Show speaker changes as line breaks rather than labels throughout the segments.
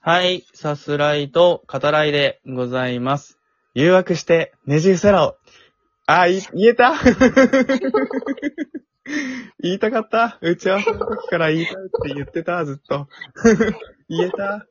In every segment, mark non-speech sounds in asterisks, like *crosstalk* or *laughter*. はい、さすらいと語らいでございます。誘惑して、ねじ伏せろ。あ、い、言えた *laughs* 言いたかった。打ち合わせの時から言いたいって言ってた、ずっと。 *laughs* 言えた。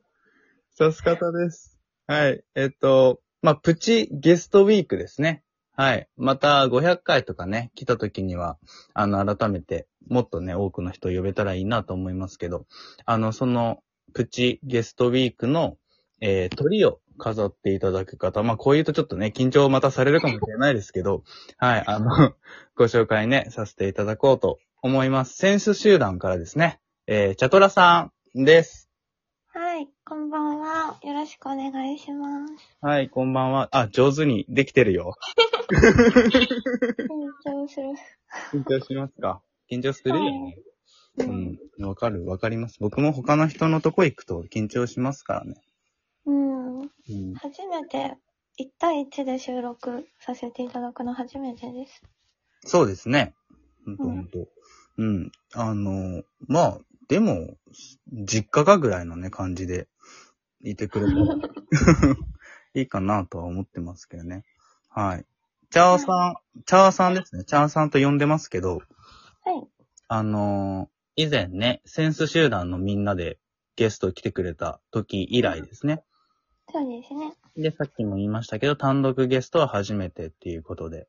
さす方です。はい、えっと、まあ、プチゲストウィークですね。はい。また、500回とかね、来た時には、あの、改めて、もっとね、多くの人を呼べたらいいなと思いますけど、あの、その、プチゲストウィークの、えー、鳥を飾っていただく方、まあ、こういうとちょっとね、緊張またされるかもしれないですけど、はい、あの、 *laughs* ご紹介ね、させていただこうと思います。選手集団からですね、えー、チャトラさんです。
はい、こんばんは。よろしくお願いします。
はい、こんばんは。あ、上手にできてるよ。
緊張する。
緊張しますか緊張するよね。
う。
うんん。わかる、わかります。僕も他の人のとこ行くと緊張しますからね。
う
う
ん。
ん。
初めて、1対1で収録させていただくの初めてです。
そうですね。ほんとほんと。うん。あの、まあ、でも、実家かぐらいのね、感じで、いてくれた
*laughs*
らいいかなとは思ってますけどね。はい。チャーさん、チャーさんですね。チャーさんと呼んでますけど、
はい。
あのー以前ね、センス集団のみんなでゲスト来てくれた時以来ですね。
そうですね。
で、さっきも言いましたけど、単独ゲストは初めてっていうことで。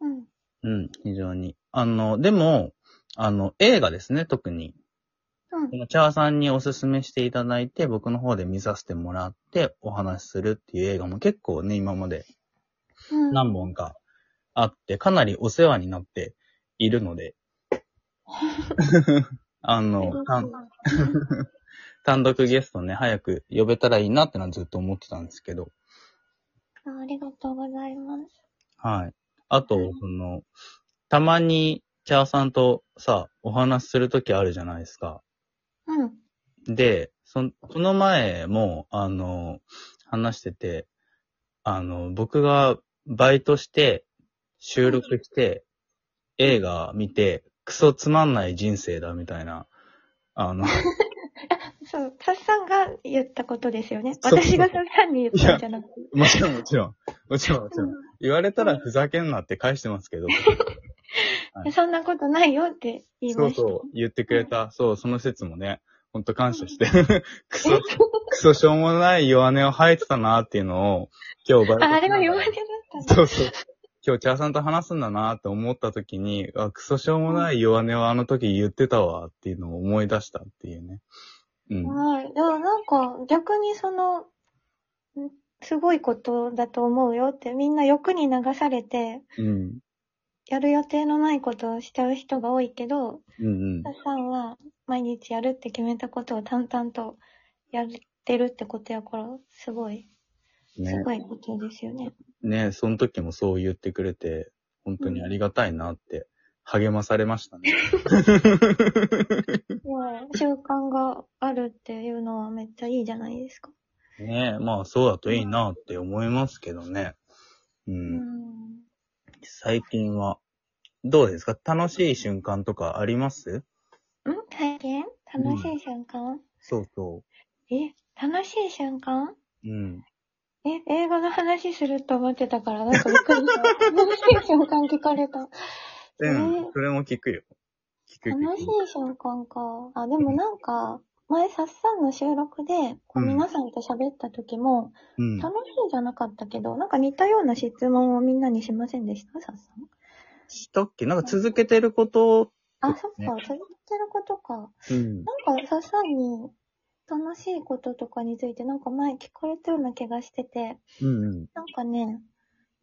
うん。
うん、非常に。あの、でも、あの、映画ですね、特に。
うん
こ。のチャーさんにおすすめしていただいて、僕の方で見させてもらって、お話しするっていう映画も結構ね、今まで
うん。
何本かあって、かなりお世話になっているので。あの、単単独ゲストね、早く呼べたらいいなってのはずっと思ってたんですけど。
あありがとうございます。
はい。あと、その、たまに、チャーさんとさ、お話しするときあるじゃないですか。
うん。
で、その、この前も、あの、話してて、あの、僕がバイトして、収録して、映画見て、クソつまんない人生だみたいな、あ
*laughs*
の、
そう、タスさんが言ったことですよね。
そう
私がタスさんに言ったんじゃなくて。
もちろんもちろん、もちろんもちろん、言われたらふざけんなって返してますけど、
うんそんなことないよって言い
そ
ま
う
した。
そう、言ってくれた、そう、その説もね、ほんと感謝して、 *laughs* クソ、クソしょうもない弱音を吐いてたなっていうのを、今日バイトしなが
*laughs* あ、
ら
あれは弱音だったんだ。
そうそう。今日茶さんと話すんだなって思った時に、あ、クソしょうもない弱音をあの時言ってたわっていうのを思い出したっていうね。うん。
はい。でもなんか、逆にその、んすごいことだと思うよって、みんな欲に流されて、
うん。
やる予定のないことをしちゃう人が多いけど、
うんうん
さ。っさんは毎日やるって決めたことを淡々とやってるってことやから、すごい、す
ね。
ごいことですよね。
ね、その時もそう言ってくれて、本当にありがたいなって、励まされましたね。
はい習慣があるっていうのはめっちゃいいじゃないですか。
ねまあそうだといいなって思いますけどね。う。
うんん。
最近は、どうですか楽しい瞬間とかあります
ん最近楽しい瞬間、
そうそ
え、楽しい瞬間
う。うん。
え、映画の話すると思ってたから、なんかびっくりした。楽しい瞬間聞かれた。
う
ね
ん、それも聞くよ。聞く
楽しい
聞く。
瞬間か。あ、でもなんか、前、さっさんの収録で、こう
うん
皆さんと喋った時も、
うん。
楽しいじゃなかったけど、なんか似たような質問をみんなにしませんでしたさっさん。
したっけなんか続けてること、
あ、そっか、
ね
続いてることか。
うん。
なんか、さっさんに、楽しいこととかについて、なんか前聞かれたような気がしてて、
うんうん。
なんかね、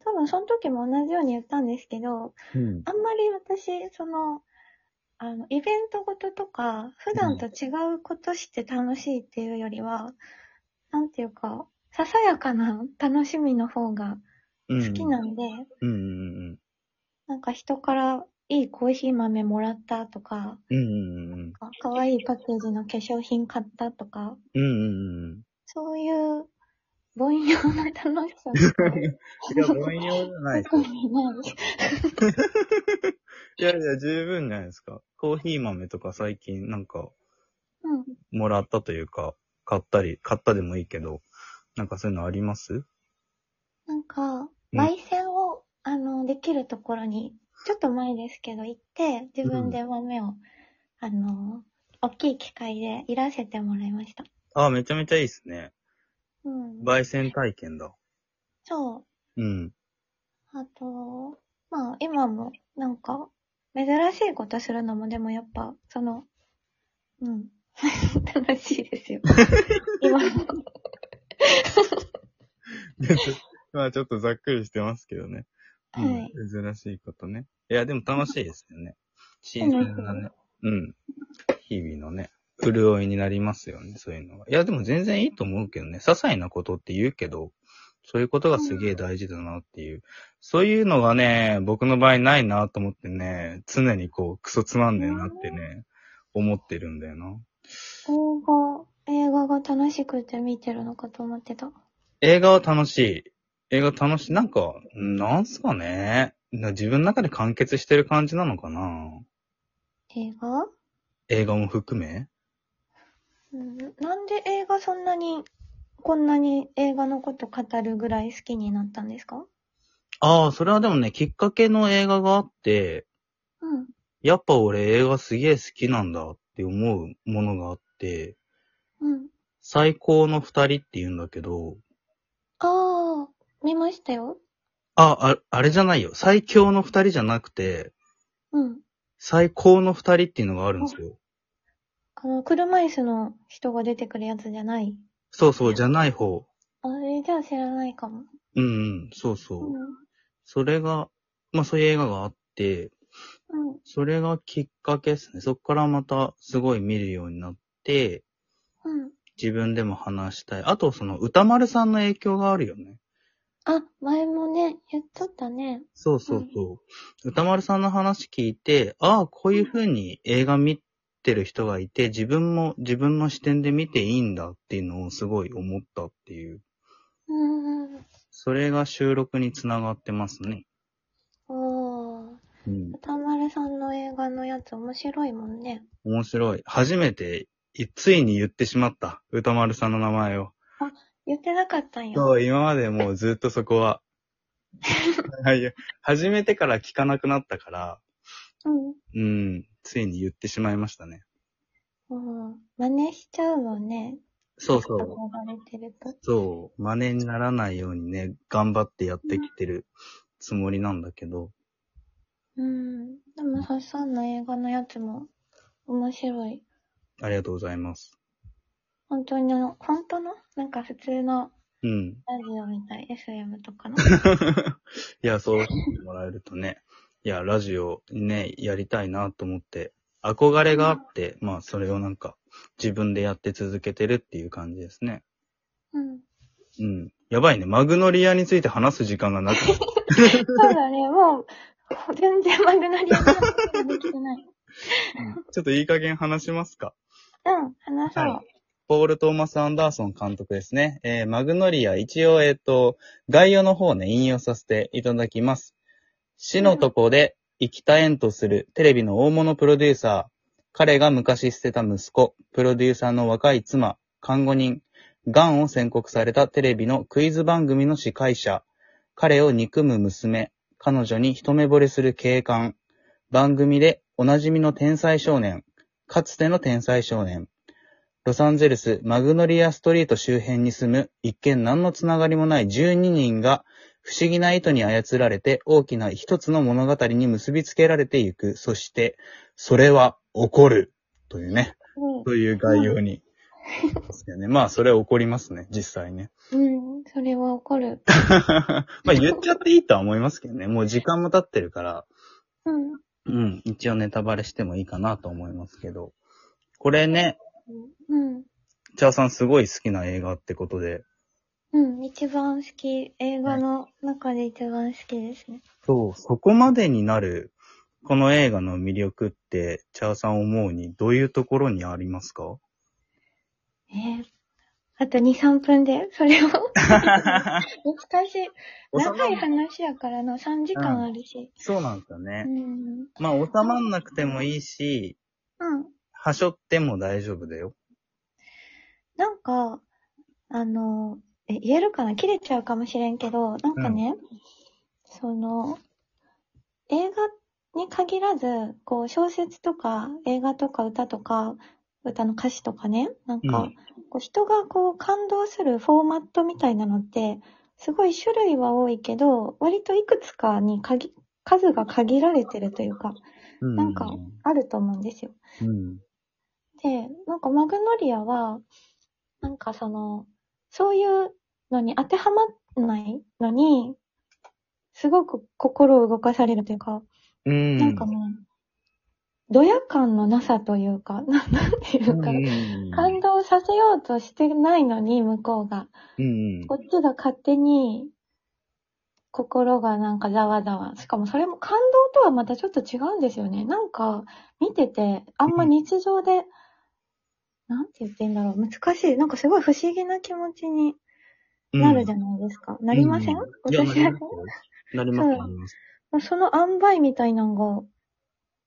多分その時も同じように言ったんですけど、
うん。
あんまり私、その、あの、イベントごととか、普段と違うことして楽しいっていうよりは、なんていうか、ささやかな楽しみの方が
うん
好きなんで、
うんうん
なんか人からいいコーヒー豆もらったとか、
うん。うんうんうん。
かわいいパッケージの化粧品買ったとか、
うんうんうん。
そういう、凡庸な楽しさとか
いや、凡庸じゃない。
特にない。
いやいや、十分じゃないですか。コーヒー豆とか最近なんか、
うん。
もらったというか、買ったり、買ったでもいいけど、なんかそういうのあります
なんか、焙煎を、あの、できるところに、ちょっと前ですけど行って、自分で豆を、あの、大きい機械でいらせてもらいました。
ああ、めちゃめちゃいいっすね。
うん。
焙煎体験だ。
そう。
うん。
あと、まあ、今も、なんか、珍しいことするのも、でもやっぱ、その、うん。 *laughs* 楽しいで
*laughs*
すよ。今も。
まあちょっとざっくりしてますけどね。う
は
ん
い。
珍しいことね。いや、でも *laughs* 楽しいですよね。新鮮なね。うん。日々のね、潤いになりますよね、そういうのは。いや、でも全然いいと思うけどね、些細なことって言うけど、そういうことがすげえ大事だなっていう。そういうのがね、僕の場合ないなと思ってね、常にこう、クソつまんねえなってね、思ってるんだよな。
映画、映画が楽しくて見てるのかと思ってた。
映画は楽しい。映画楽しい。なんか、なんすかね。な自分の中で完結してる感じなのかな。
映画
映画も含め。
うんなんで映画そんなに、こんなに映画のこと語るぐらい好きになったんですか
ああ、それはでもね、きっかけの映画があって、
うん。
やっぱ俺映画すげえ好きなんだって思うものがあって、
うん。
最高の二人って言うんだけど、
ああ、見ましたよ。
あ、あ、あれじゃないよ。最強の二人じゃなくて、
うん。
最高の二人っていうのがあるんですよ。
あの、車椅子の人が出てくるやつじゃない。
そうそう、じゃない方。
あれじゃあ知らないかも。
うんうん、そうそうう。
ん。
それが、まあそういう映画があって、
うん。
それがきっかけですね。そっからまたすごい見るようになって、
うん。
自分でも話したい。あと、その、歌丸さんの影響があるよね。
あ、前もね、言っとったね。
そうそうそう。歌丸さんの話聞いて、ああ、こういう風に映画見てる人がいて、自分も自分の視点で見ていいんだっていうのをすごい思ったっていう。
うん。
それが収録につながってますね。
おー。
うん。
歌丸さんの映画のやつ面白いもんね。
面白い。初めて、いついに言ってしまった。歌丸さんの名前を。
言ってなかったんや。
そう、今までもうずっとそこ *laughs* は。はいや、初めてから聞かなくなったから、
うん。
うん、ついに言ってしまいましたね。
うん。真似しちゃうもんね。
そうそ
憧
う。
れてると。
そう、真似にならないようにね、頑張ってやってきてるつもりなんだけど、
うん。でも、ハッサンの映画のやつも面白い。
ありがとうございます。
本当にあの、本当のなんか普通の
うん。 *laughs*
ラジオみたい、FM とかの。
いや、そう思ってもらえるとね、いや、ラジオね、やりたいなと思って、憧れがあって、まあ、それをなんか、自分でやって続けてるっていう感じですね。
うん。
うん。やばいね。マグノリアについて話す時間がなくて。
そうだね、もう、全然マグナリアの話ができてない。
ちょっといい加減話しますか。
うん、話そう。
はいポール・トーマス・アンダーソン監督ですね。えー、マグノリア、一応、えっ、と、概要の方ね、引用させていただきます。死のとこで生きた縁とするテレビの大物プロデューサー。彼が昔捨てた息子、プロデューサーの若い妻、看護人、癌を宣告されたテレビのクイズ番組の司会者、彼を憎む娘、彼女に一目惚れする警官、番組でおなじみの天才少年、かつての天才少年、ロサンゼルスマグノリアストリート周辺に住む一見何のつながりもない12人が不思議な意図に操られて大きな一つの物語に結びつけられていく。そして、それは起こる。というね。という概要に。ですよね。まあ、それは起こりますね。実際ね。 *laughs*
うん、うん、それは怒る。
まあ、言っちゃっていいとは思いますけどね。もう時間も経ってるから。
うん。
うん。一応ネタバレしてもいいかなと思いますけど。これね、
うん。
チャーさんすごい好きな映画ってことで。
うん、一番好き、映画の中で一番好きですね。
そう、そこまでになる、この映画の魅力って、チャーさん思うに、どういうところにありますか
えー、あと2、3分で、それを。
長
難しい。長い話やからな、3時間あるし。
そうなんですよ
う
ね。
ん。
まあ、収まんなくてもいいし、
うん。
はしょっても大丈夫だよ。
なんか、あの、え、言えるかな切れちゃうかもしれんけど、なんかね、その、映画に限らず、こう、小説とか映画とか歌とか、歌の歌詞とかね、なんか、
うん
こう人がこう感動するフォーマットみたいなのって、すごい種類は多いけど、割といくつかに限数が限られてるというか、
うん
なんかあると思うんですよ。
うん。
で、なんかマグノリアは、なんかその、そういうのに当てはまらないのに、すごく心を動かされるというか、
うん。
なんかね、ドヤ感のなさというか、ななんていうか、
うん
感動させようとしてないのに、向こうが。
うん。
こっちが勝手に、心がなんかざわざわ。しかもそれも感動とはまたちょっと違うんですよね。なんか、見てて、あんま日常で、なんて言っていいんだろう。難しい。なんかすごい不思議な気持ちになるじゃ
ん。
ないですか。なりません、
ういやな
私
り
は
ますよなります、
そう
なります。
その塩梅みたいなのが、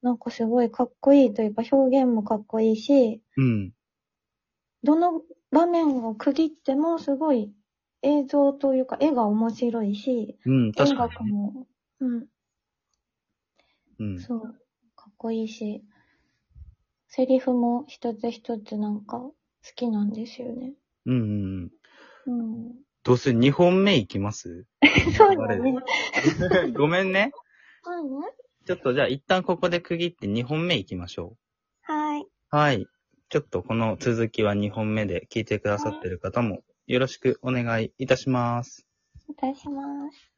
なんかすごいかっこいいというか表現もかっこいいし、
うん。
どの場面を区切ってもすごい映像というか絵が面白いし、
うん、確
音
か
楽
にね。
も、うん、
うん。
そう、かっこいいし、セリフも一つ一つなんか好きなんですよね。
うんうん。
うん。
どうする ?2 本目いきます
そうだね。
ごめんね。
そうね。
ちょっとじゃあ一旦ここで区切って2本目いきましょ
はい。
う。はい。ちょっとこの続きは2本目で聞いてくださってる方もよろしくお願いいたします。
いたします。